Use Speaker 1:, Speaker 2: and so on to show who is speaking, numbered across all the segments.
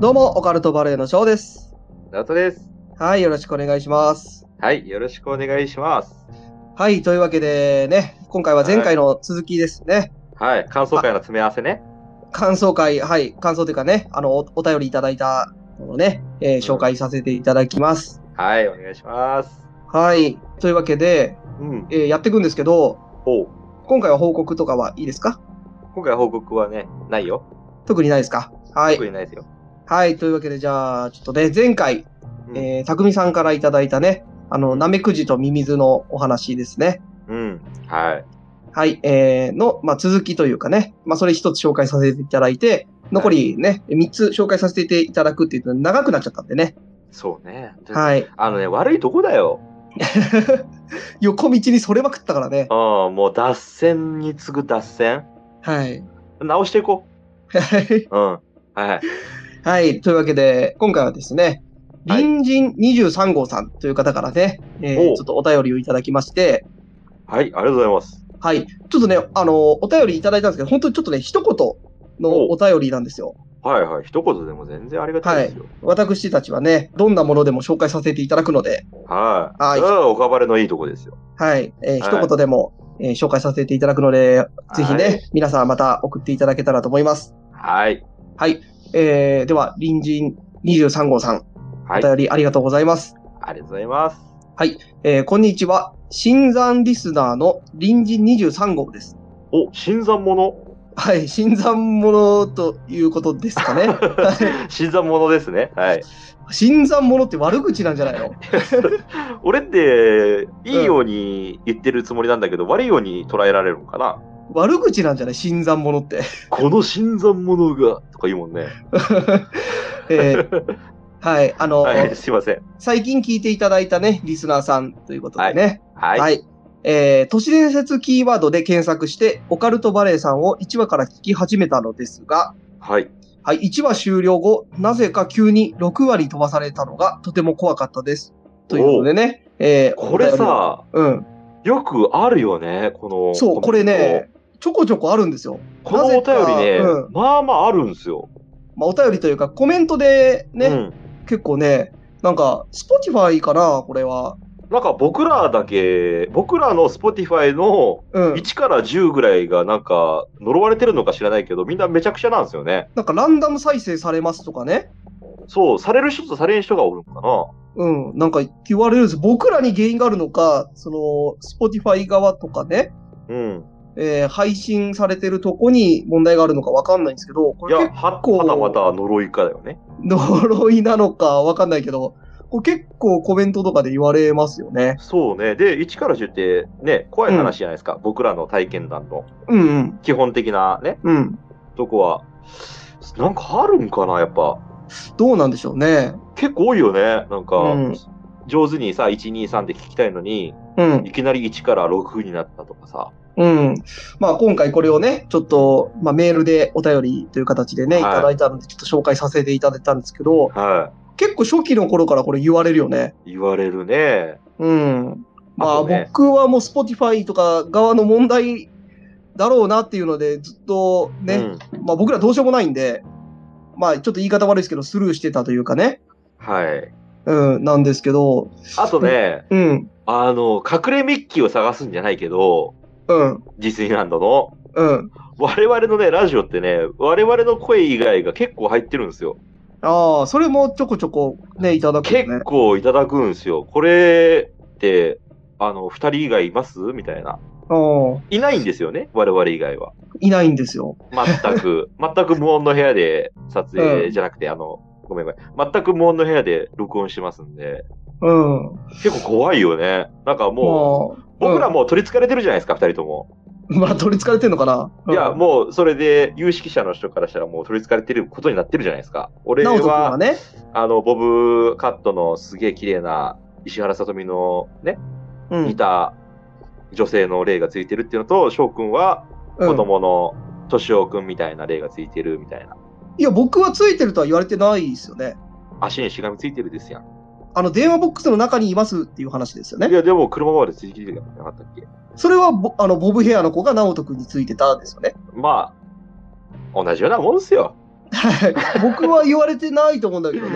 Speaker 1: どうも、オカルトバレーの翔です。
Speaker 2: ナオトです。
Speaker 1: はい、よろしくお願いします。
Speaker 2: はい、よろしくお願いします。
Speaker 1: はい、というわけでね、今回は前回の続きですね。
Speaker 2: はい、感想会の詰め合わせね。
Speaker 1: 感想会、はい、感想というかね、あの、おお便りいただいたのをね、えー紹介させていただきます。
Speaker 2: はい、お願いします。
Speaker 1: はい、というわけで、
Speaker 2: うん
Speaker 1: え。ーやっていくんですけど、
Speaker 2: おう
Speaker 1: 今回は報告とかはいいですか
Speaker 2: 今回報告はね、ないよ。
Speaker 1: 特にないですかはい
Speaker 2: 特。にないですよ。
Speaker 1: はい、というわけで、じゃあ、ちょっとね、前回、
Speaker 2: うん
Speaker 1: えー、匠さんからいただいたね、あの、ナメクジとミミズのお話ですね。
Speaker 2: うん。はい。
Speaker 1: はい、えー、の、まあ、続きというかね、まあ、それ一つ紹介させていただいて、残りね、3つ紹介させていただくっていうと長くなっちゃったんでね。
Speaker 2: そうね。
Speaker 1: はい。
Speaker 2: あのね、悪いとこだよ。
Speaker 1: 横道にそれまくったからね
Speaker 2: う。ん、もう脱線に次ぐ脱線。
Speaker 1: はい。
Speaker 2: 直していこう。うん。はい。
Speaker 1: はい、というわけで、今回はですね、
Speaker 2: はい
Speaker 1: 隣人23号さんという方からね、えー
Speaker 2: おう
Speaker 1: ちょっとお便りをいただきまして、
Speaker 2: はい、ありがとうございます。
Speaker 1: はい、ちょっとね、あの、お便りいただいたんですけど、本当にちょっとね、一言の
Speaker 2: お
Speaker 1: お便りなんですよ。
Speaker 2: はいはい。一言でも全然ありがたいですよ。
Speaker 1: 私たちはね、どんなものでも紹介させていただくので、
Speaker 2: はい。
Speaker 1: はい
Speaker 2: それはおかばれのいいとこですよ。
Speaker 1: はい、えー
Speaker 2: はい
Speaker 1: 一言でも、えー紹介させていただくので、ぜひね、
Speaker 2: はい
Speaker 1: 皆さんまた送っていただけたらと思います。
Speaker 2: はい。
Speaker 1: はい、えー、では、隣人23号さん、
Speaker 2: は
Speaker 1: お
Speaker 2: い。あ
Speaker 1: 便りありがとうございます。
Speaker 2: りがとうございます。
Speaker 1: えーこんにちは。新参リスナーの隣人23号です。
Speaker 2: お、新 参者。
Speaker 1: はい、新参者ということですか ね。
Speaker 2: 新参者ですね。はい。
Speaker 1: 新参者って悪口なんじゃないの
Speaker 2: 俺って、いいように言ってるつもりなんだけど、悪いように捉えられるのかな
Speaker 1: 悪口なんじゃない新参者って。
Speaker 2: この新参者が、とか言うもんね。
Speaker 1: えー はい、あの、
Speaker 2: はい、 すいません。
Speaker 1: 最近聞いていただいたね、リスナーさんということでね。
Speaker 2: はい。
Speaker 1: はい。えー都市伝説キーワードで検索して、オカルトバレーさんを1話から聞き始めたのですが、
Speaker 2: はい。
Speaker 1: はい、1話終了後、なぜか急に6話に飛ばされたのがとても怖かったです。ということでね、えー
Speaker 2: これ、さ、
Speaker 1: お便りを
Speaker 2: よくあるよね、こ
Speaker 1: う
Speaker 2: の。
Speaker 1: ん、そう、これね、、ちょこちょこあるんですよ。
Speaker 2: このお便りね、
Speaker 1: なぜかう
Speaker 2: まあまああるんですよ。
Speaker 1: まあ、お便りというか、コメントでね、
Speaker 2: うん。
Speaker 1: 結構ね、なんか、スポティファイかな、これは。
Speaker 2: なんか僕らだけ、僕らの Spotify の
Speaker 1: うん。
Speaker 2: 1から10ぐらいがなんか呪われてるのか知らないけど、みんなめちゃくちゃなんですよね。
Speaker 1: なんか、ランダム再生されますとかね。
Speaker 2: そう、される人とされん人がおるのかな。
Speaker 1: うん、なんか言われるんです。僕らに原因があるのか、その、スポティファイ側とかね、
Speaker 2: うん。
Speaker 1: えー配信されてるとこに問題があるのかわかんないんですけど、こ
Speaker 2: い
Speaker 1: れ
Speaker 2: や、
Speaker 1: 結
Speaker 2: は、
Speaker 1: 構
Speaker 2: はたまた呪いかだよね。
Speaker 1: 呪いなのかわかんないけど、これ結構コメントとかで言われますよね。
Speaker 2: そうね。で、1から10って、ね、怖い話じゃないですか。僕らの体験談の
Speaker 1: うん
Speaker 2: 基本的なね、
Speaker 1: うん。うん。
Speaker 2: とこは。なんかあるんかな、やっぱ。
Speaker 1: どうなんでしょうね。
Speaker 2: 結構多いよね。なんか、
Speaker 1: うん
Speaker 2: 上手にさ、1、2、3で聞きたいのに、
Speaker 1: うん
Speaker 2: い。きなり1から6になったとかさ。
Speaker 1: うん。まあ今回これをね、ちょっと、まあメールでお便りという形でね、
Speaker 2: はい
Speaker 1: い、ただいたので、ちょっと紹介させていただいたんですけど、
Speaker 2: は
Speaker 1: 結構初期の頃からこれ言われるよね。
Speaker 2: い。言われるね。
Speaker 1: うん。まあ、
Speaker 2: あとね
Speaker 1: 僕はもう Spotify とか側の問題だろうなっていうので、ずっとね、
Speaker 2: うん。
Speaker 1: まあ僕らどうしようもないんで、まあちょっと言い方悪いですけど、スルーしてたというかね、
Speaker 2: はい。
Speaker 1: うん、なんですけど、
Speaker 2: あ とね、
Speaker 1: うん、
Speaker 2: あの、隠れミッキーを探すんじゃないけど、
Speaker 1: うん、
Speaker 2: ディズニーランドの。
Speaker 1: うん。
Speaker 2: 我々のね、ラジオってね、我々の声以外が結構入ってるんですよ。
Speaker 1: ああ、それもちょこちょこね、いただくよね
Speaker 2: 結。構いただくんですよ。これって、あの、二人以外いますみたいな。
Speaker 1: ああ、
Speaker 2: いないんですよね、我々以外は。
Speaker 1: いないんですよ。
Speaker 2: 全 く、全く無音の部屋で撮
Speaker 1: う
Speaker 2: 影
Speaker 1: ん
Speaker 2: じゃなくて、あの、ごめんごめん。全く無音の部屋で録音してますんで、
Speaker 1: うん。
Speaker 2: 結構怖いよね。なんかも
Speaker 1: まあ
Speaker 2: う、僕ら
Speaker 1: うん
Speaker 2: もう取り憑かれてるじゃないですか、二人とも。
Speaker 1: まあ取り憑かれてんのかな。
Speaker 2: いや、
Speaker 1: うん
Speaker 2: もう、それで、有識者の人からしたらもう取り憑かれてることになってるじゃないですか。俺
Speaker 1: 直人君
Speaker 2: は
Speaker 1: は、ね、
Speaker 2: あの、ボブカットのすげえ綺麗な石原さとみのね、
Speaker 1: うん
Speaker 2: 似た女性の霊がついてるっていうのと、翔くんは子
Speaker 1: うん
Speaker 2: 供の敏夫くんみたいな霊がついてるみたいな。
Speaker 1: いや、僕はついてるとは言われてないですよね。
Speaker 2: 足にしがみついてるですやん。
Speaker 1: あの、電話ボックスの中にいますっていう話ですよね
Speaker 2: い。や、でも車までついてきてなかったっけ
Speaker 1: それはボあのボブヘアの子が直人君についてたんですよね。
Speaker 2: まあ、同じようなもんですよ。
Speaker 1: はい僕は言われてないと思うんだけどね。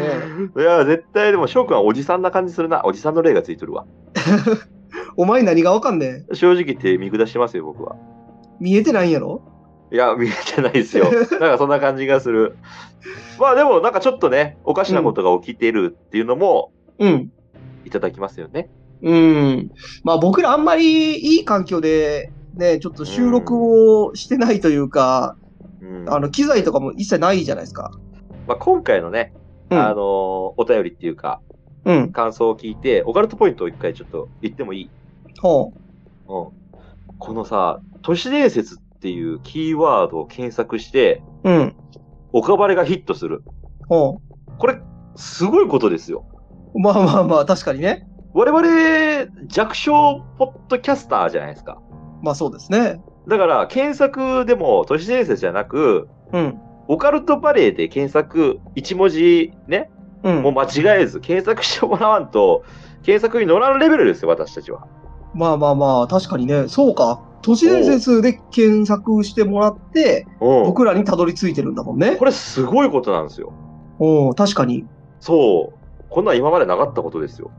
Speaker 2: いや、絶対でも翔くんはおじさんな感じするな。おじさんの霊がついてるわ。
Speaker 1: お前何がわかんねえ。
Speaker 2: 正直言って見下してますよ、僕は。
Speaker 1: 見えてないんやろ
Speaker 2: いや、見えてな いですよ。なんかそんな感じがする。まあでも、なんかちょっとね、おかしなことが起きてるっていうのも
Speaker 1: うん。
Speaker 2: いただきますよね。
Speaker 1: うん。まあ僕らあんまりいい環境で、ね、ちょっと収録をしてないというか、
Speaker 2: うん。
Speaker 1: あの、機材とかも一切ないじゃないですか。
Speaker 2: まあ、今回のね、
Speaker 1: うん
Speaker 2: あのーお便りっていうか、
Speaker 1: うん。
Speaker 2: 感想を聞いて、オカルトポイントを一回ちょっと言ってもいい
Speaker 1: ほう。
Speaker 2: うん。このさ、都市伝説っていうキーワードを検索して、
Speaker 1: うん。
Speaker 2: オカバレがヒットする。
Speaker 1: ほ
Speaker 2: これ、すごいことですよ。
Speaker 1: う。まあまあまあ、確かにね。
Speaker 2: 我々、弱小ポッドキャスターじゃないですか。
Speaker 1: まあそうですね。
Speaker 2: だから、検索でも都市伝説じゃなく、
Speaker 1: うん。
Speaker 2: オカルトバレーで検索、一文字ね、
Speaker 1: うん
Speaker 2: もう。間違えず検索してもらわんと、検索に乗らんレベルですよ、私たちは。
Speaker 1: まあまあまあ、確かにね。そうか。都市伝説で検索してもらって、
Speaker 2: うん。
Speaker 1: 僕らにたどり着いてるんだもんね
Speaker 2: こ。れすごいことなんですよ。
Speaker 1: うん、確かに。
Speaker 2: そう。こんなん今までなかったことですよ。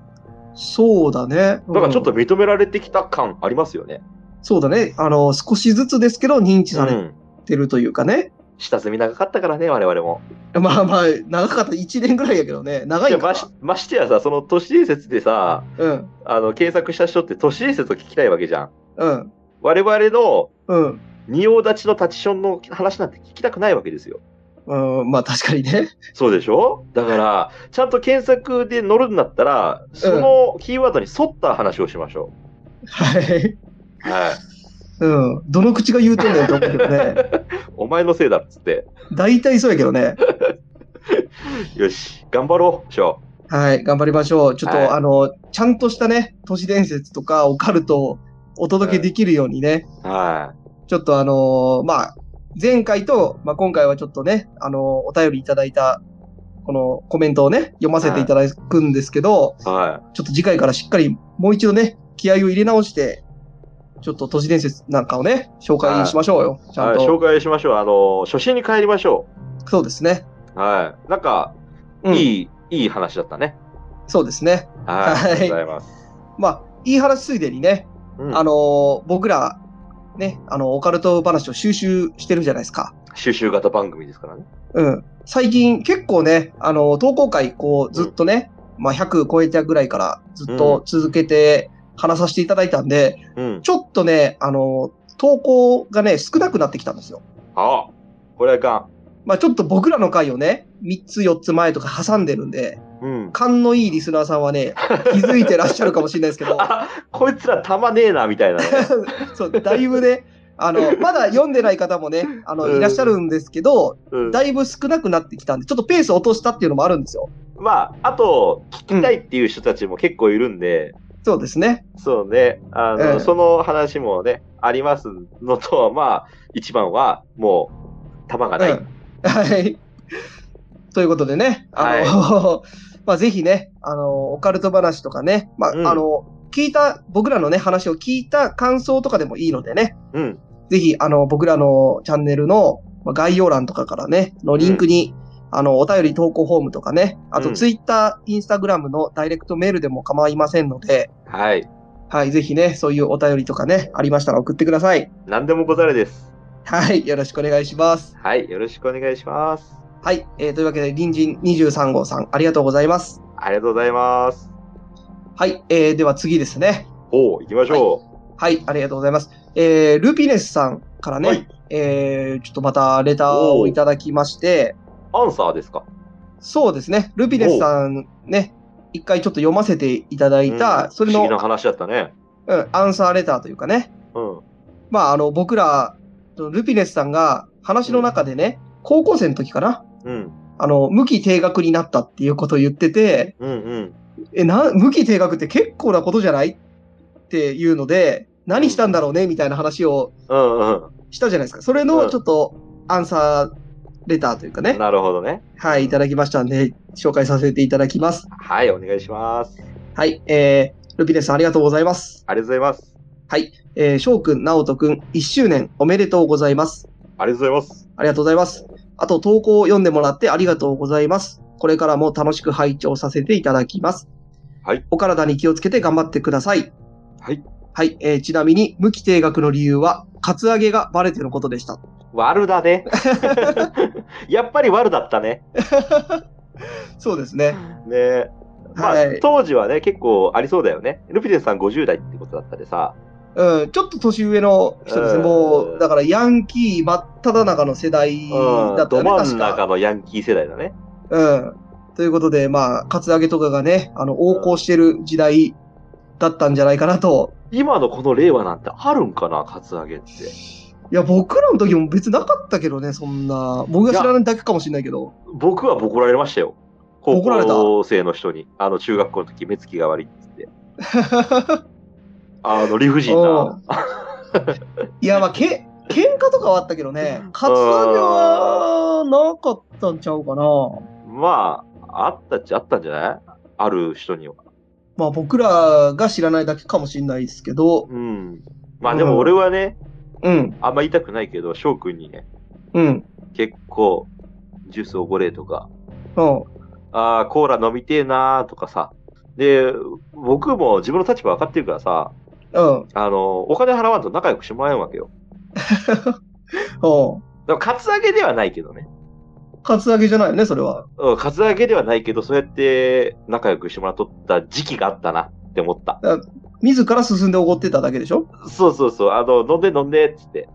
Speaker 1: そうだね。
Speaker 2: だからちょっと
Speaker 1: うん
Speaker 2: 認められてきた感ありますよね。
Speaker 1: そうだね。あの、少しずつですけど、認知
Speaker 2: う
Speaker 1: され
Speaker 2: ん。
Speaker 1: てるというかね。
Speaker 2: 下積み長かったからね、我々も。
Speaker 1: まあまあ、長かった。1年ぐらいやけどね。長
Speaker 2: いや
Speaker 1: いか
Speaker 2: ま
Speaker 1: ら。
Speaker 2: しましてやさ、その都市伝説でさ、
Speaker 1: うん、
Speaker 2: あの、検索した人って都市伝説を聞きたいわけじゃん。
Speaker 1: うん、
Speaker 2: 我々の
Speaker 1: うん。
Speaker 2: 仁王立ちの立ちションの話なんて聞きたくないわけですよ。
Speaker 1: うん、まあ確かにね。
Speaker 2: そうでしょだから、ちゃんと検索で乗るんだったら、そのキーワードに沿った話をしましょ
Speaker 1: はい。
Speaker 2: う。はい。
Speaker 1: うん。どの口が言うとんねんと思うけどね。
Speaker 2: お前のせいだっつって。
Speaker 1: 大体そうやけどね。
Speaker 2: よし、頑張ろう、ショ
Speaker 1: はい。頑張りましょう。ちょっと、
Speaker 2: はい
Speaker 1: あの、ちゃんとしたね、都市伝説とかオカルトをお届けできるようにね。
Speaker 2: ー。は
Speaker 1: ちょっとあのーまあ、前回と、まあ、今回はちょっとね、あのーお便りいただいた、このコメントをね、読ませていただくんですけど、
Speaker 2: い。はい。
Speaker 1: ちょっと次回からしっかりもう一度ね、気合を入れ直して、ちょっと都市伝説なんかをね、紹介しましょうよ。ちゃん
Speaker 2: はい、紹
Speaker 1: と。
Speaker 2: 介しましょう。あの、初心に帰りましょ
Speaker 1: そうですね。
Speaker 2: う。はい。なんか、
Speaker 1: うん。
Speaker 2: いい、いい話だったね。
Speaker 1: そうですね。
Speaker 2: は
Speaker 1: はい
Speaker 2: い。ありがとうございます。
Speaker 1: まあ、いい話ついでにね、
Speaker 2: うん、
Speaker 1: あのー僕ら、ね、あの、オカルト話を収集してるじゃないですか。
Speaker 2: 収集型番組ですからね。
Speaker 1: うん。最近結構ね、あの、投稿会、こう、ずっとね、まあ、100超えたぐらいからずっと続けて話させていただいたんで、
Speaker 2: うん。
Speaker 1: ちょっとね、あの、投稿がね、少なくなってきたんですよ。
Speaker 2: ああ、これはいか
Speaker 1: まあ、ちょっと僕らの回をね、3つ4つ前とか挟んでるんで、
Speaker 2: ん。うん。
Speaker 1: 勘のいいリスナーさんはね、気づいてらっしゃるかもしれないですけど、
Speaker 2: あ、こいつらたまねえな、み たいなね。
Speaker 1: そう、だいぶね、あの、まだ読んでない方もね、あの、いらっしゃるんですけど、
Speaker 2: うん、
Speaker 1: だいぶ少なくなってきたんで、ちょっとペース落としたっていうのもあるんですよ。
Speaker 2: まあ、あと、聞きたいっていう人たちも結構いるんで、
Speaker 1: そうですね。
Speaker 2: そうね。あの、
Speaker 1: ええ
Speaker 2: その話もね、ありますのと、まあ、一番は、もう、玉がない。
Speaker 1: うんはい。ということでね、あの、 まあぜひね、あの、オカルト話とかね、まあ、
Speaker 2: うん
Speaker 1: あの、聞いた、僕らのね、話を聞いた感想とかでもいいのでね、
Speaker 2: うん。
Speaker 1: ぜひ、あの、僕らのチャンネルのまあ概要欄とかからね、のリンクに、あの、お便り投稿フォームとかね、あ
Speaker 2: う
Speaker 1: と
Speaker 2: ん
Speaker 1: ツイッター、インスタグラムのダイレクトメールでも構いませんので、
Speaker 2: はい。
Speaker 1: はい、ぜひね、そういうお便りとかね、ありましたら送ってください。
Speaker 2: 何でもござれです。
Speaker 1: はい、よろしくお願いします。
Speaker 2: はい。よろしくお願いします。
Speaker 1: はい、えーというわけで、隣人23号さん、ありがとうございます。
Speaker 2: ありがとうございます。
Speaker 1: はい、えーでは次ですね。
Speaker 2: おお、行きましょ
Speaker 1: はい、ありがとうございます。えールピネスさんから
Speaker 2: う。
Speaker 1: ね、
Speaker 2: はい。
Speaker 1: えーちょっとまたレターをいただきまして、
Speaker 2: アンサーですか。
Speaker 1: そうですね、ルピネスさんね、一回ちょっと読ませていただいた、
Speaker 2: うん
Speaker 1: それ
Speaker 2: 不
Speaker 1: の
Speaker 2: 思議、な話だったね。
Speaker 1: うん、アンサーレターというかね、
Speaker 2: うん。
Speaker 1: まあ、あの、僕ら、ルピネスさんが話の中でね、高校生の時かな、
Speaker 2: うん。
Speaker 1: あの、無期定額になったっていうことを言ってて、
Speaker 2: うんうん。
Speaker 1: え、な、無期定額って結構なことじゃないっていうので、何したんだろうねみたいな話を
Speaker 2: うんうん。
Speaker 1: したじゃないですか。それ
Speaker 2: う
Speaker 1: の
Speaker 2: ん
Speaker 1: ちょっとアンサーレターというかね、
Speaker 2: なるほどね。
Speaker 1: はい、いただきましたんで、紹介させていただきます。
Speaker 2: はい、お願いします。
Speaker 1: はい、えー、ルピネスさんありがとうございます。
Speaker 2: ありがとうございます。
Speaker 1: はい、えー、翔くん、直人くん、1周年おめでとうございます。
Speaker 2: ありがとうございます。
Speaker 1: ありがとうございます。あと、投稿を読んでもらってありがとうございます。これからも楽しく拝聴させていただきます。
Speaker 2: はい。
Speaker 1: お体に気をつけて頑張ってください。
Speaker 2: はい。
Speaker 1: はい。えーちなみに、無期定額の理由は、カツアゲがバレてのことでした。
Speaker 2: 悪 だね。やっぱり悪だったね。
Speaker 1: そうですね。
Speaker 2: ねえまあ、
Speaker 1: はい。
Speaker 2: 当時はね、結構ありそうだよね。ルピテンさん50代ってことだったでさ。
Speaker 1: うん。ちょっと年上の人です
Speaker 2: う
Speaker 1: ね。
Speaker 2: ん
Speaker 1: もう、だから、ヤンキー真っ只中の世代
Speaker 2: うん
Speaker 1: だった
Speaker 2: ど
Speaker 1: よね、
Speaker 2: 真ん
Speaker 1: 確か。
Speaker 2: 中のヤンキー世代だね。
Speaker 1: うん。ということで、まあ、カツアゲとかがね、あの、横行してる時代だったんじゃないかなと
Speaker 2: 今のこの令和なんてあるんかな、カツアゲって。
Speaker 1: いや、僕らの時も別になかったけどね、そんな。僕が知らないだけかもしれないけど。
Speaker 2: 僕はボコられましたよ。高
Speaker 1: ボコられた
Speaker 2: 校生の人に。あの、中学校の時、目つきが悪いって 言って。あの、理不尽な。
Speaker 1: いや、まあ、け、喧嘩とかはあったけどね、カツアゲはなかったんちゃうかな。
Speaker 2: まあ、あったっちゃあったんじゃないある人には。
Speaker 1: まあ、僕らが知らないだけかもしれないですけど。
Speaker 2: うん。まあでも俺はね、
Speaker 1: うん、
Speaker 2: あんま言いたくないけど、翔くんにね、
Speaker 1: うん、うん。
Speaker 2: 結構、ジュースおごれとか、ああ、コーラ飲みてえなーとかさ。で、僕も自分の立場分かってるからさ、
Speaker 1: うん、
Speaker 2: あの、お金払わんと仲良くしてもらえんわけよ。
Speaker 1: う
Speaker 2: だから、カツアゲではないけどね。
Speaker 1: ん。カツアゲじゃないよね、それは。
Speaker 2: うん、カツアゲではないけど、そうやって仲良くしてもらっとった時期があったなって思った。
Speaker 1: 自ら進んで怒ってただけでしょ
Speaker 2: そうそうそう、あの、飲んで飲んでっつって。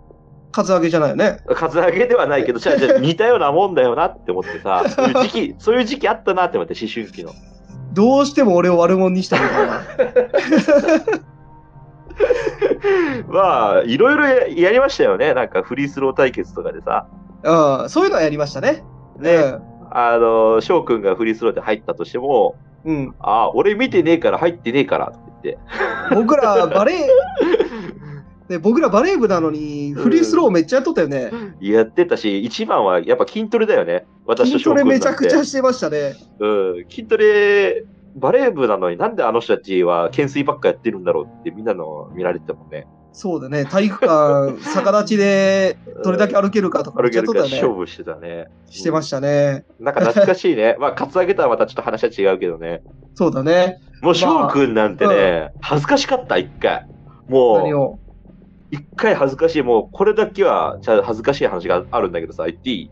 Speaker 1: カツアゲじゃないよね。
Speaker 2: カツアゲではないけど、じゃあじゃあ似たようなもんだよなって思っ てさ、そういう時期、そういう時期あったなって思って、思春期の。
Speaker 1: どうしても俺を悪者にしたのか
Speaker 2: まあ、いろいろややりましたよね。なんかフリースロー対決とかでさ。
Speaker 1: な。 うん、そういうのはやりましたね。
Speaker 2: ね、あの、翔くんがフリースローで入ったとしても、
Speaker 1: うん。うん。
Speaker 2: ああ、俺見てねえから入ってねえからとか言って。
Speaker 1: 僕らバレー、で僕らバレー部なのに、フリースローめっちゃやっとったよね。
Speaker 2: やってたし、一番はやっぱ筋トレだよね。私と
Speaker 1: 筋
Speaker 2: 翔
Speaker 1: ト
Speaker 2: く
Speaker 1: レ
Speaker 2: んな
Speaker 1: め
Speaker 2: んて
Speaker 1: ちゃくちゃしてましたね。
Speaker 2: うん、筋トレ、バレー部なのになんであの人たちは懸垂ばっかやってるんだろうってみんなの見られてたもんね。
Speaker 1: そうだね。体育館、逆立ちでどれだけ歩けるかとかめ
Speaker 2: 歩
Speaker 1: っちゃ
Speaker 2: け
Speaker 1: やっと
Speaker 2: る
Speaker 1: っ
Speaker 2: か
Speaker 1: たよ
Speaker 2: 勝
Speaker 1: ね。
Speaker 2: 負してたね。
Speaker 1: してましたね。
Speaker 2: なんか懐かしいね。 まあ、カツアゲとはまたちょっと話は違うけどね。
Speaker 1: そうだね。
Speaker 2: もう翔くんなんてね、恥ずかしかった、一回。
Speaker 1: 何
Speaker 2: もう、
Speaker 1: を。
Speaker 2: 一回恥ずかしい、もうこれだけは、じゃあ恥ずかしい話があるんだけどさ、言ってい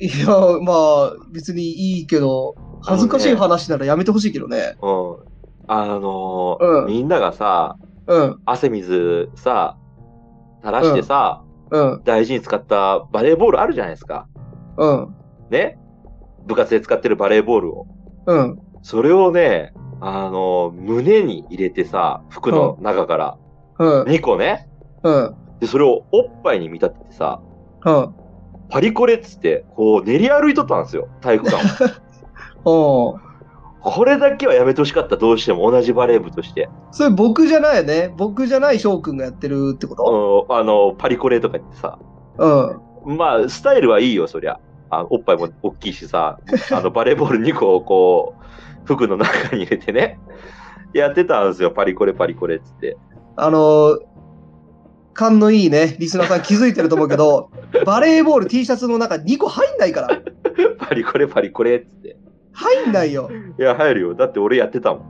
Speaker 2: い
Speaker 1: いや、まあ、別にいいけど、恥ずかしい話ならやめてほしいけどね。
Speaker 2: うん。あのー
Speaker 1: うん
Speaker 2: みんながさ、
Speaker 1: うん、
Speaker 2: 汗水さ、垂らしてさ、
Speaker 1: うん、
Speaker 2: 大事に使ったバレーボールあるじゃないですか。
Speaker 1: うん、
Speaker 2: ね部活で使ってるバレーボールを。
Speaker 1: うん。
Speaker 2: それをね、あのー胸に入れてさ、服の中から、
Speaker 1: うん、
Speaker 2: 2個ね。
Speaker 1: うん、
Speaker 2: で、それをおっぱいに見立ててさ、
Speaker 1: うん。
Speaker 2: パリコレっつって、こう練り歩いとったんですよ、体育館を。
Speaker 1: お
Speaker 2: これだけはやめてほしかった、どうしても同じバレー部として。
Speaker 1: それ僕じゃないよね。僕じゃない翔くんがやってるってこ
Speaker 2: あ
Speaker 1: と
Speaker 2: の、あのパリコレとか言ってさ。
Speaker 1: うん。
Speaker 2: まあ、スタイルはいいよ、そりゃ。あおっぱいも大きいしさ、あの、バレーボール2個をこう、服の中に入れてね、やってたんですよ、パリコレパリコレっつって。
Speaker 1: あのー、勘のいいね、リスナーさん気づいてると思うけど、バレーボール T シャツの中2個入んないから。
Speaker 2: パリコレパリコレっつって。
Speaker 1: 入んないよ。
Speaker 2: いや、入るよ。だって俺やってたもん。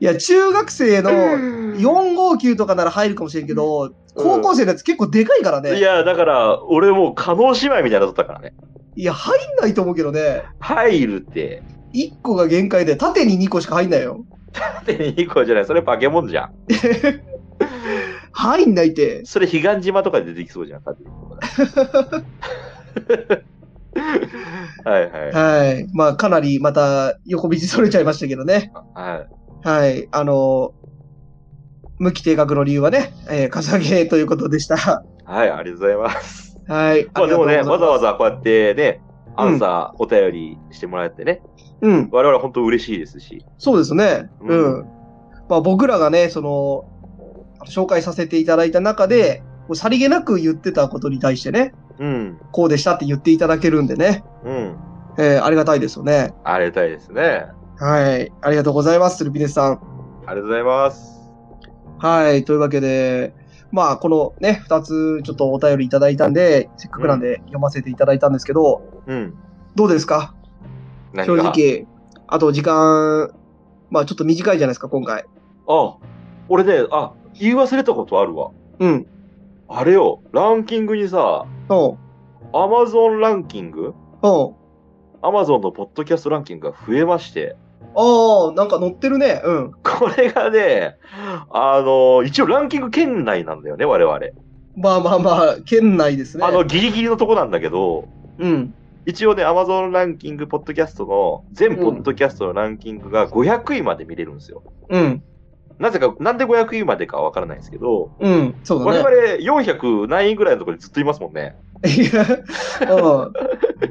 Speaker 1: いや、中学生の4号級とかなら入るかもしれんけど、高校生のやつ結構でかいからね。
Speaker 2: い
Speaker 1: いや、
Speaker 2: や、だから、俺もう、加納姉妹みたいなのだったからね。
Speaker 1: 入んないと思うけどね。
Speaker 2: 入るって。
Speaker 1: 1個が限界で、縦に2個しか入んないよ。
Speaker 2: 縦に2個じゃない。それ化け物じゃん。
Speaker 1: 入んないって。
Speaker 2: それ、彼岸島とかで出てきそうじゃん、縦に2個だはいはい。
Speaker 1: はい。まあ、かなりまた横道それちゃいましたけどね。
Speaker 2: はい。
Speaker 1: はい。あのー、無期定額の理由はね、えー、かさげということでした。
Speaker 2: はい、ありがとうございます。
Speaker 1: はい。
Speaker 2: まあでもね、
Speaker 1: りがとうございま
Speaker 2: わざわ
Speaker 1: す。
Speaker 2: ざこうやってね、
Speaker 1: うん
Speaker 2: アンサー、お便りしてもらってね、
Speaker 1: うん。
Speaker 2: 我々本当嬉しいですし、
Speaker 1: そうですね。う。
Speaker 2: うんん
Speaker 1: まあ僕らがね、その、紹介させていただいた中で、こうさりげなく言ってたことに対してね、
Speaker 2: うん、
Speaker 1: こうでしたって言っていただけるんでね、
Speaker 2: うん、
Speaker 1: えーありがたいですよね。
Speaker 2: ありがたいですね。あ
Speaker 1: はい。ありがとうございます、ルピネスさん。
Speaker 2: りがとうございます。
Speaker 1: はい。というわけで、まあ、このね、二つちょっとお便りいただいたんで、せっかくなんで読ませていただいたんですけど、
Speaker 2: うん。
Speaker 1: どうですか
Speaker 2: 何
Speaker 1: 正
Speaker 2: が。
Speaker 1: 直。あと時間、まあちょっと短いじゃないですか、今回。
Speaker 2: あ、俺ね、あ、言い忘れたことあるわ。
Speaker 1: うん。
Speaker 2: あれよ、ランキングにさ、
Speaker 1: おう
Speaker 2: アマゾンランキング
Speaker 1: おう
Speaker 2: アマゾンのポッドキャストランキングが増えまして、
Speaker 1: ああ、なんか乗ってるね。うん。
Speaker 2: これがね、あの、一応ランキング圏内なんだよね、我々。
Speaker 1: まあまあまあ、県内ですね。
Speaker 2: あの、ギリギリのとこなんだけど、
Speaker 1: うん。
Speaker 2: 一応ね、アマゾンランキング、ポッドキャストの、全ポッドキャストのランキングが500位まで見れるんですよ。
Speaker 1: うん。
Speaker 2: なぜか、なんで500位までかわからないんですけど、
Speaker 1: うん。そう
Speaker 2: 我
Speaker 1: だね。
Speaker 2: 々400何位ぐらいのところにずっといますもんね。
Speaker 1: いや うん。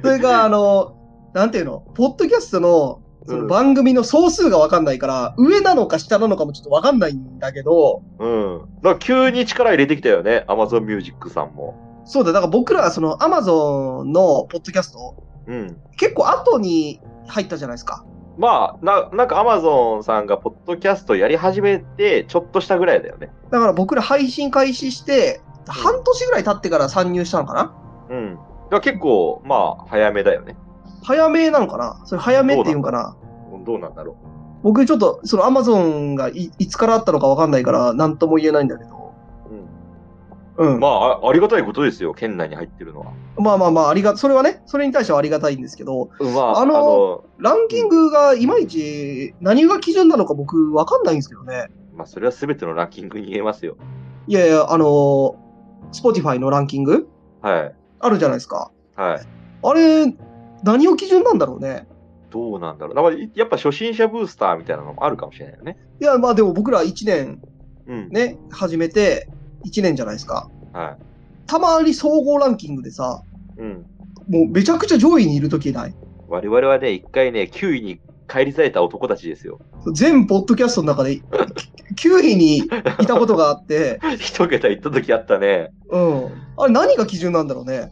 Speaker 1: それが、あの、なんていうの、ポッドキャストのその番組の総数がわかんないから、上なのか下なのかもちょっとわかんないんだけど、
Speaker 2: うん。だから急に力入れてきたよね、アマゾンミュージックさんも。
Speaker 1: そうだ、だから僕らはその Amazon のポッドキャスト、
Speaker 2: うん。
Speaker 1: 結構後に入ったじゃないですか。
Speaker 2: まあ、ななんかアマゾンさんがポッドキャストやり始めて、ちょっとしたぐらいだよね。
Speaker 1: だから僕ら配信開始して、半年ぐらい経ってから参入したのかな
Speaker 2: うん。だから結構、まあ、早めだよね。
Speaker 1: 早めなのかなそれ早めっていうんかな
Speaker 2: どうなんだろ
Speaker 1: 僕ちょっと、その Amazon がいいつからあったのかわかんないから、なんとも言えないんだけど。う
Speaker 2: う。
Speaker 1: ん。
Speaker 2: まあ、あありがたいことですよ、県内に入ってるのは。
Speaker 1: まあまあまあ、ありが、それはね、それに対してはありがたいんですけど、
Speaker 2: うんまあ、
Speaker 1: あ
Speaker 2: あ
Speaker 1: の
Speaker 2: の、
Speaker 1: ランキングがいまいち何が基準なのか僕わかんないんですけどね。
Speaker 2: まあ、それは全てのランキングに言えますよ。
Speaker 1: いやいや、あのー、Spotify のランキング
Speaker 2: はい。
Speaker 1: あるじゃないですか。
Speaker 2: はい。
Speaker 1: あれ、何を基準なんだろうね。
Speaker 2: どうなんだろう。だからいやっぱ初心者ブースターみたいなのもあるかもしれないよね。
Speaker 1: いや、まあでも僕ら1年
Speaker 2: うん。
Speaker 1: ね、始めて1年じゃないですか。
Speaker 2: は
Speaker 1: たまに総合ランキングでさ、
Speaker 2: い。うん。
Speaker 1: もうめちゃくちゃ上位にいるときない。
Speaker 2: 我々はね、一回ね、9位に返り咲いた男たちですよ。
Speaker 1: 全ポッドキャストの中で9位にいたことがあって、
Speaker 2: 一桁行った時あったね。
Speaker 1: うん。あれ何が基準なんだろうね。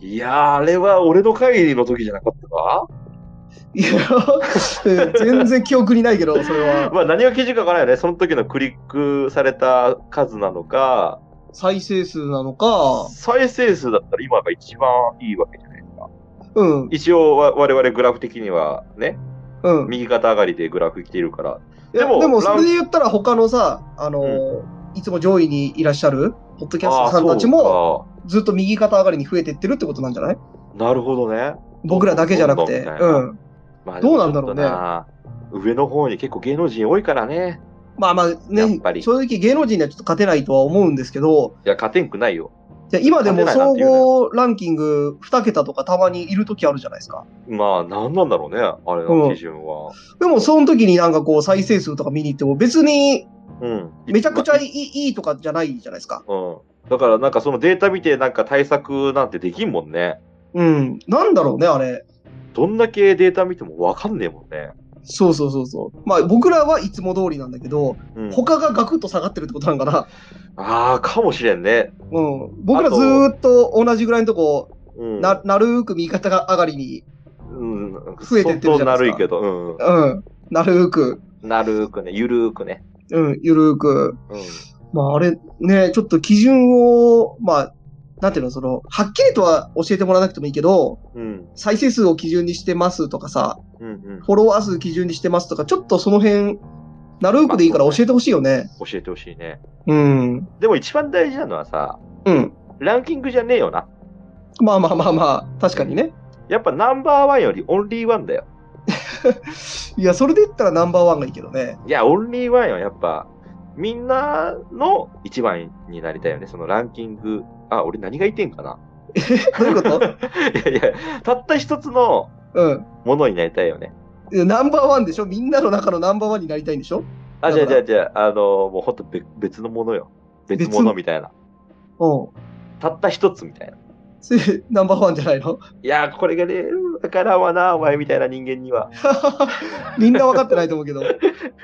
Speaker 2: いやー、あれは俺の会の時じゃなかったか
Speaker 1: いや、全然記憶にないけど、それは。
Speaker 2: まあ何が基準かわからないよね。その時のクリックされた数なのか、
Speaker 1: 再生数なのか、
Speaker 2: 再生数だったら今が一番いいわけじゃないですか。
Speaker 1: うん、
Speaker 2: 一応わ我々グラフ的にはね、
Speaker 1: うん。
Speaker 2: 右肩上がりでグラフ来ているから、
Speaker 1: いや
Speaker 2: でも
Speaker 1: でも
Speaker 2: ラ
Speaker 1: そ
Speaker 2: ン
Speaker 1: れで言ったら他のさ、あのーいつも上位にいらっしゃる、ポッドキャストさんたちも、
Speaker 2: あ
Speaker 1: ずっと右肩上がりに増えてってるってことなんじゃない
Speaker 2: ーそうかなるほどね。
Speaker 1: 僕らだけじゃなくて。
Speaker 2: どんどん
Speaker 1: う
Speaker 2: どん
Speaker 1: ん。
Speaker 2: まあ
Speaker 1: どうなんだろうね
Speaker 2: でもちょっとな上の方に結構芸能人多いからね。
Speaker 1: まあまあ
Speaker 2: やっ
Speaker 1: ね
Speaker 2: ぱ、り
Speaker 1: 正直芸能人にはちょっと勝てないとは思うんですけど、
Speaker 2: いや、勝てんくないよ。
Speaker 1: じゃあ今でも
Speaker 2: 勝
Speaker 1: 総
Speaker 2: てないなんて言うな
Speaker 1: 合ランキング2桁とかたまにいる時あるじゃないですか。
Speaker 2: まあ、なんなんだろうね。あれ
Speaker 1: うん
Speaker 2: の基準は。
Speaker 1: でもその時になんかこう再生数とか見に行っても別に
Speaker 2: うん。
Speaker 1: めちゃくちゃ
Speaker 2: まあ
Speaker 1: いいいいとかじゃないじゃないですか。
Speaker 2: うん。だから、なんかそのデータ見て、なんか対策なんてできんもんね。
Speaker 1: うん。なんだろうね、あれ。
Speaker 2: どんだけデータ見てもわかんねえもんね。
Speaker 1: そうそうそうそう。まあ僕らはいつも通りなんだけど、
Speaker 2: うん、
Speaker 1: 他がガクッと下がってるってことなんかな。
Speaker 2: ああ、かもしれんね。
Speaker 1: うん。僕らずーっと同じぐらいのとこ、
Speaker 2: うん。
Speaker 1: な、なるーく右肩が上がりに、
Speaker 2: うん、
Speaker 1: 増えてってるじゃないですか
Speaker 2: 相当なるいけど、うん
Speaker 1: うん。なるーく、
Speaker 2: うん。なるーくね、ゆるーくね。
Speaker 1: うん、ゆるーく。
Speaker 2: うん。
Speaker 1: まああれ、ね、ちょっと基準を、まあ、なんていうの、その、はっきりとは教えてもらわなくてもいいけど、
Speaker 2: うん。
Speaker 1: 再生数を基準にしてますとかさ、
Speaker 2: うん。うん。
Speaker 1: フォロワー数基準にしてますとか、ちょっとその辺、なるーくでいいから教えてほしいよね。
Speaker 2: 教えてほしいね。
Speaker 1: うん。
Speaker 2: でも一番大事なのはさ、
Speaker 1: うん。
Speaker 2: ランキングじゃねえよな。
Speaker 1: まあまあまあまあ、確かにね。
Speaker 2: やっぱナンバーワンよりオンリーワンだよ。
Speaker 1: いや、それで言ったらナンバーワンがいいけどね。
Speaker 2: いや、オンリーワンはやっぱ、みんなの一番になりたいよね。そのランキング。あ、俺何が言ってんかな。
Speaker 1: どういうこと
Speaker 2: いやいや、たった一つの
Speaker 1: うん。
Speaker 2: ものになりたいよね。
Speaker 1: いやナンバーワンでしょみんなの中のナンバーワンになりたいんでしょ
Speaker 2: あ、
Speaker 1: だか
Speaker 2: じゃ
Speaker 1: ら
Speaker 2: あじゃあじゃあ、あのもうほんと別別のものよ。別物みたいな。
Speaker 1: うん。
Speaker 2: たった一つみたいな。
Speaker 1: それナンバーワンじゃないの
Speaker 2: いやー、これがね、だからんわな、お前みたいな人間には。
Speaker 1: みんな分かってないと思うけど。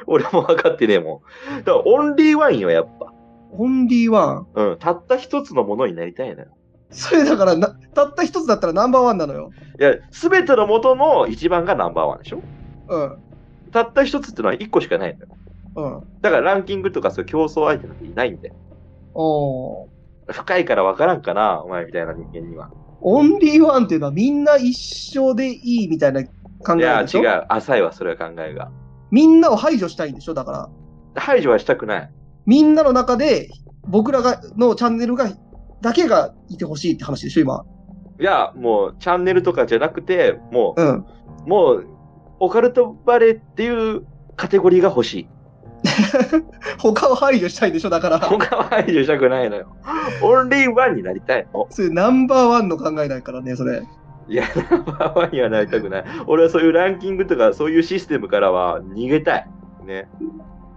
Speaker 2: 俺も分かってねえもん。だからオンリーワンよ、やっぱ。
Speaker 1: オンリーワン。
Speaker 2: うん、たった一つのものになりたいのよ。
Speaker 1: それだからな、たった一つだったらナンバーワンなのよ。
Speaker 2: いや、すべての元の一番がナンバーワンでしょ
Speaker 1: うん。
Speaker 2: たった一つってのは一個しかないのよ。
Speaker 1: うん。
Speaker 2: だからランキングとかそういう競争相手なんていないんだよ。
Speaker 1: おー
Speaker 2: 深いから分からんかな、お前みたいな人間には。
Speaker 1: オンリーワンっていうのはみんな一緒でいいみたいな考
Speaker 2: い
Speaker 1: え
Speaker 2: や、
Speaker 1: なんでし
Speaker 2: 違
Speaker 1: ょ
Speaker 2: う。浅いわ、それは考えが。
Speaker 1: みんなを排除したいんでしょだから。
Speaker 2: 排除はしたくない。
Speaker 1: みんなの中で僕らがのチャンネルがだけがいてほしいって話でしょ今。
Speaker 2: いや、もう、チャンネルとかじゃなくて、もう、
Speaker 1: うん。
Speaker 2: もう、オカルトバレーっていうカテゴリーが欲しい。
Speaker 1: 他を排除したいんでしょだから。
Speaker 2: 他は排除したくないのよ。オンリーワンになりたいの。
Speaker 1: それナンバーワンの考えないからね、それ。
Speaker 2: いや、 ナンバーワンにはなりたくない。俺はそういうランキングとか、そういうシステムからは逃げたい。ね。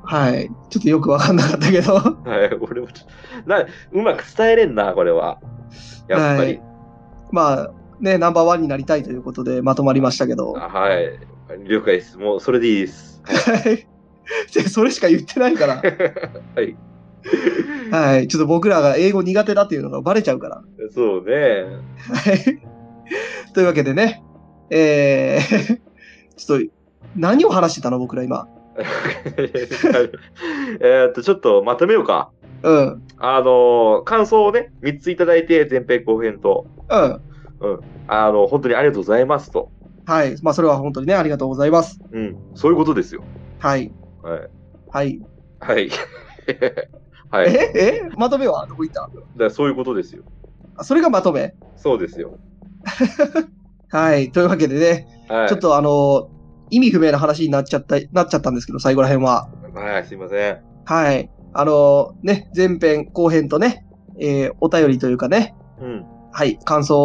Speaker 1: はい。ちょっとよくわかんなかったけど。
Speaker 2: はい、俺もちょっとな、うまく伝えれんな、これは。やっぱり。
Speaker 1: まあ、ね、ナンバーワンになりたいということでまとまりましたけど。は
Speaker 2: あはい、了解です。もう、それでいいです。
Speaker 1: い。でそれしか言ってないから。
Speaker 2: はい。
Speaker 1: はい。ちょっと僕らが英語苦手だっていうのがバレちゃうから。
Speaker 2: そうね。
Speaker 1: はい。というわけでね。えー、 ちょっと、何を話してたの僕ら今。
Speaker 2: えーっと、ちょっとまとめようか。
Speaker 1: うん。うん。
Speaker 2: あのー感想をね、3ついただいて、前編後編と、
Speaker 1: は
Speaker 2: あの本当にありがとうございますと。
Speaker 1: い。まあ、それは本当にね、ありがとうございます。
Speaker 2: うん、そういうことですよ。
Speaker 1: はい。
Speaker 2: はい。
Speaker 1: はい。
Speaker 2: はい。 はい。だか
Speaker 1: ええまとめはどこ行った
Speaker 2: らそういうことですよ。
Speaker 1: あそれがまとめ
Speaker 2: そうですよ。
Speaker 1: はい。というわけでね、
Speaker 2: はい。
Speaker 1: ちょっとあの意味不明な話になっちゃった、なっちゃったんですけど、最後ら辺は。
Speaker 2: はい、すいません。
Speaker 1: はい。あのね、前編、後編とね、えーお便りというかね、
Speaker 2: うん。
Speaker 1: はい、感想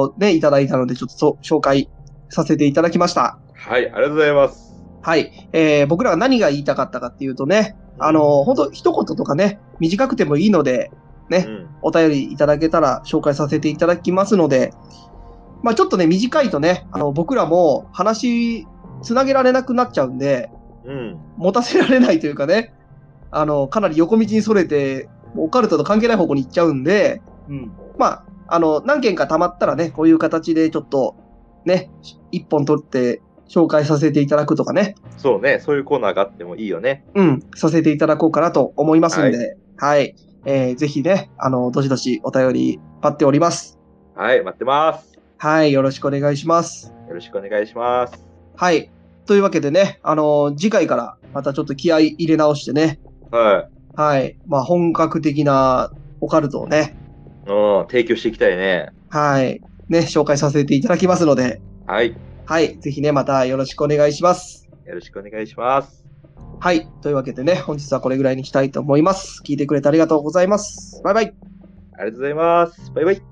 Speaker 1: をね、いただいたので、ちょっとそう紹介させていただきました。
Speaker 2: はい、ありがとうございます。
Speaker 1: はい。えー僕らが何が言いたかったかっていうとね、あ、の、本当一言とかね、短くてもいいので、ね
Speaker 2: うん。
Speaker 1: お便りいただけたら紹介させていただきますので、まあちょっとね、短いとね、あの、僕らも話、つなげられなくなっちゃうんで、
Speaker 2: うん。
Speaker 1: 持たせられないというかね、あの、かなり横道にそれて、オカルトと関係ない方向に行っちゃうんで、
Speaker 2: うん。
Speaker 1: まあ、あの、何件か溜まったらね、こういう形でちょっと、ね、一本取って紹介させていただくとかね、
Speaker 2: そうね、そういうコーナーがあってもいいよね。
Speaker 1: うん、させていただこうかなと思いますんで、はい。えーぜひね、あの、どしどしお便り待っております。
Speaker 2: はい、待ってます。
Speaker 1: はい、よろしくお願いします。
Speaker 2: よろしくお願いします。
Speaker 1: はい。というわけでね、あの、次回からまたちょっと気合い入れ直してね、
Speaker 2: は
Speaker 1: はい。まあ、本格的なオカルトをね、
Speaker 2: い。うん、提供していきたいね。
Speaker 1: はい。ね、紹介させていただきますので、
Speaker 2: はい。
Speaker 1: はい。ぜひね、またよろしくお願いします。
Speaker 2: よろしくお願いします。
Speaker 1: はい。というわけでね、本日はこれぐらいにしたいと思います。聞いてくれてありがとうございます。バイバイ。
Speaker 2: ありがとうございます。バイバイ。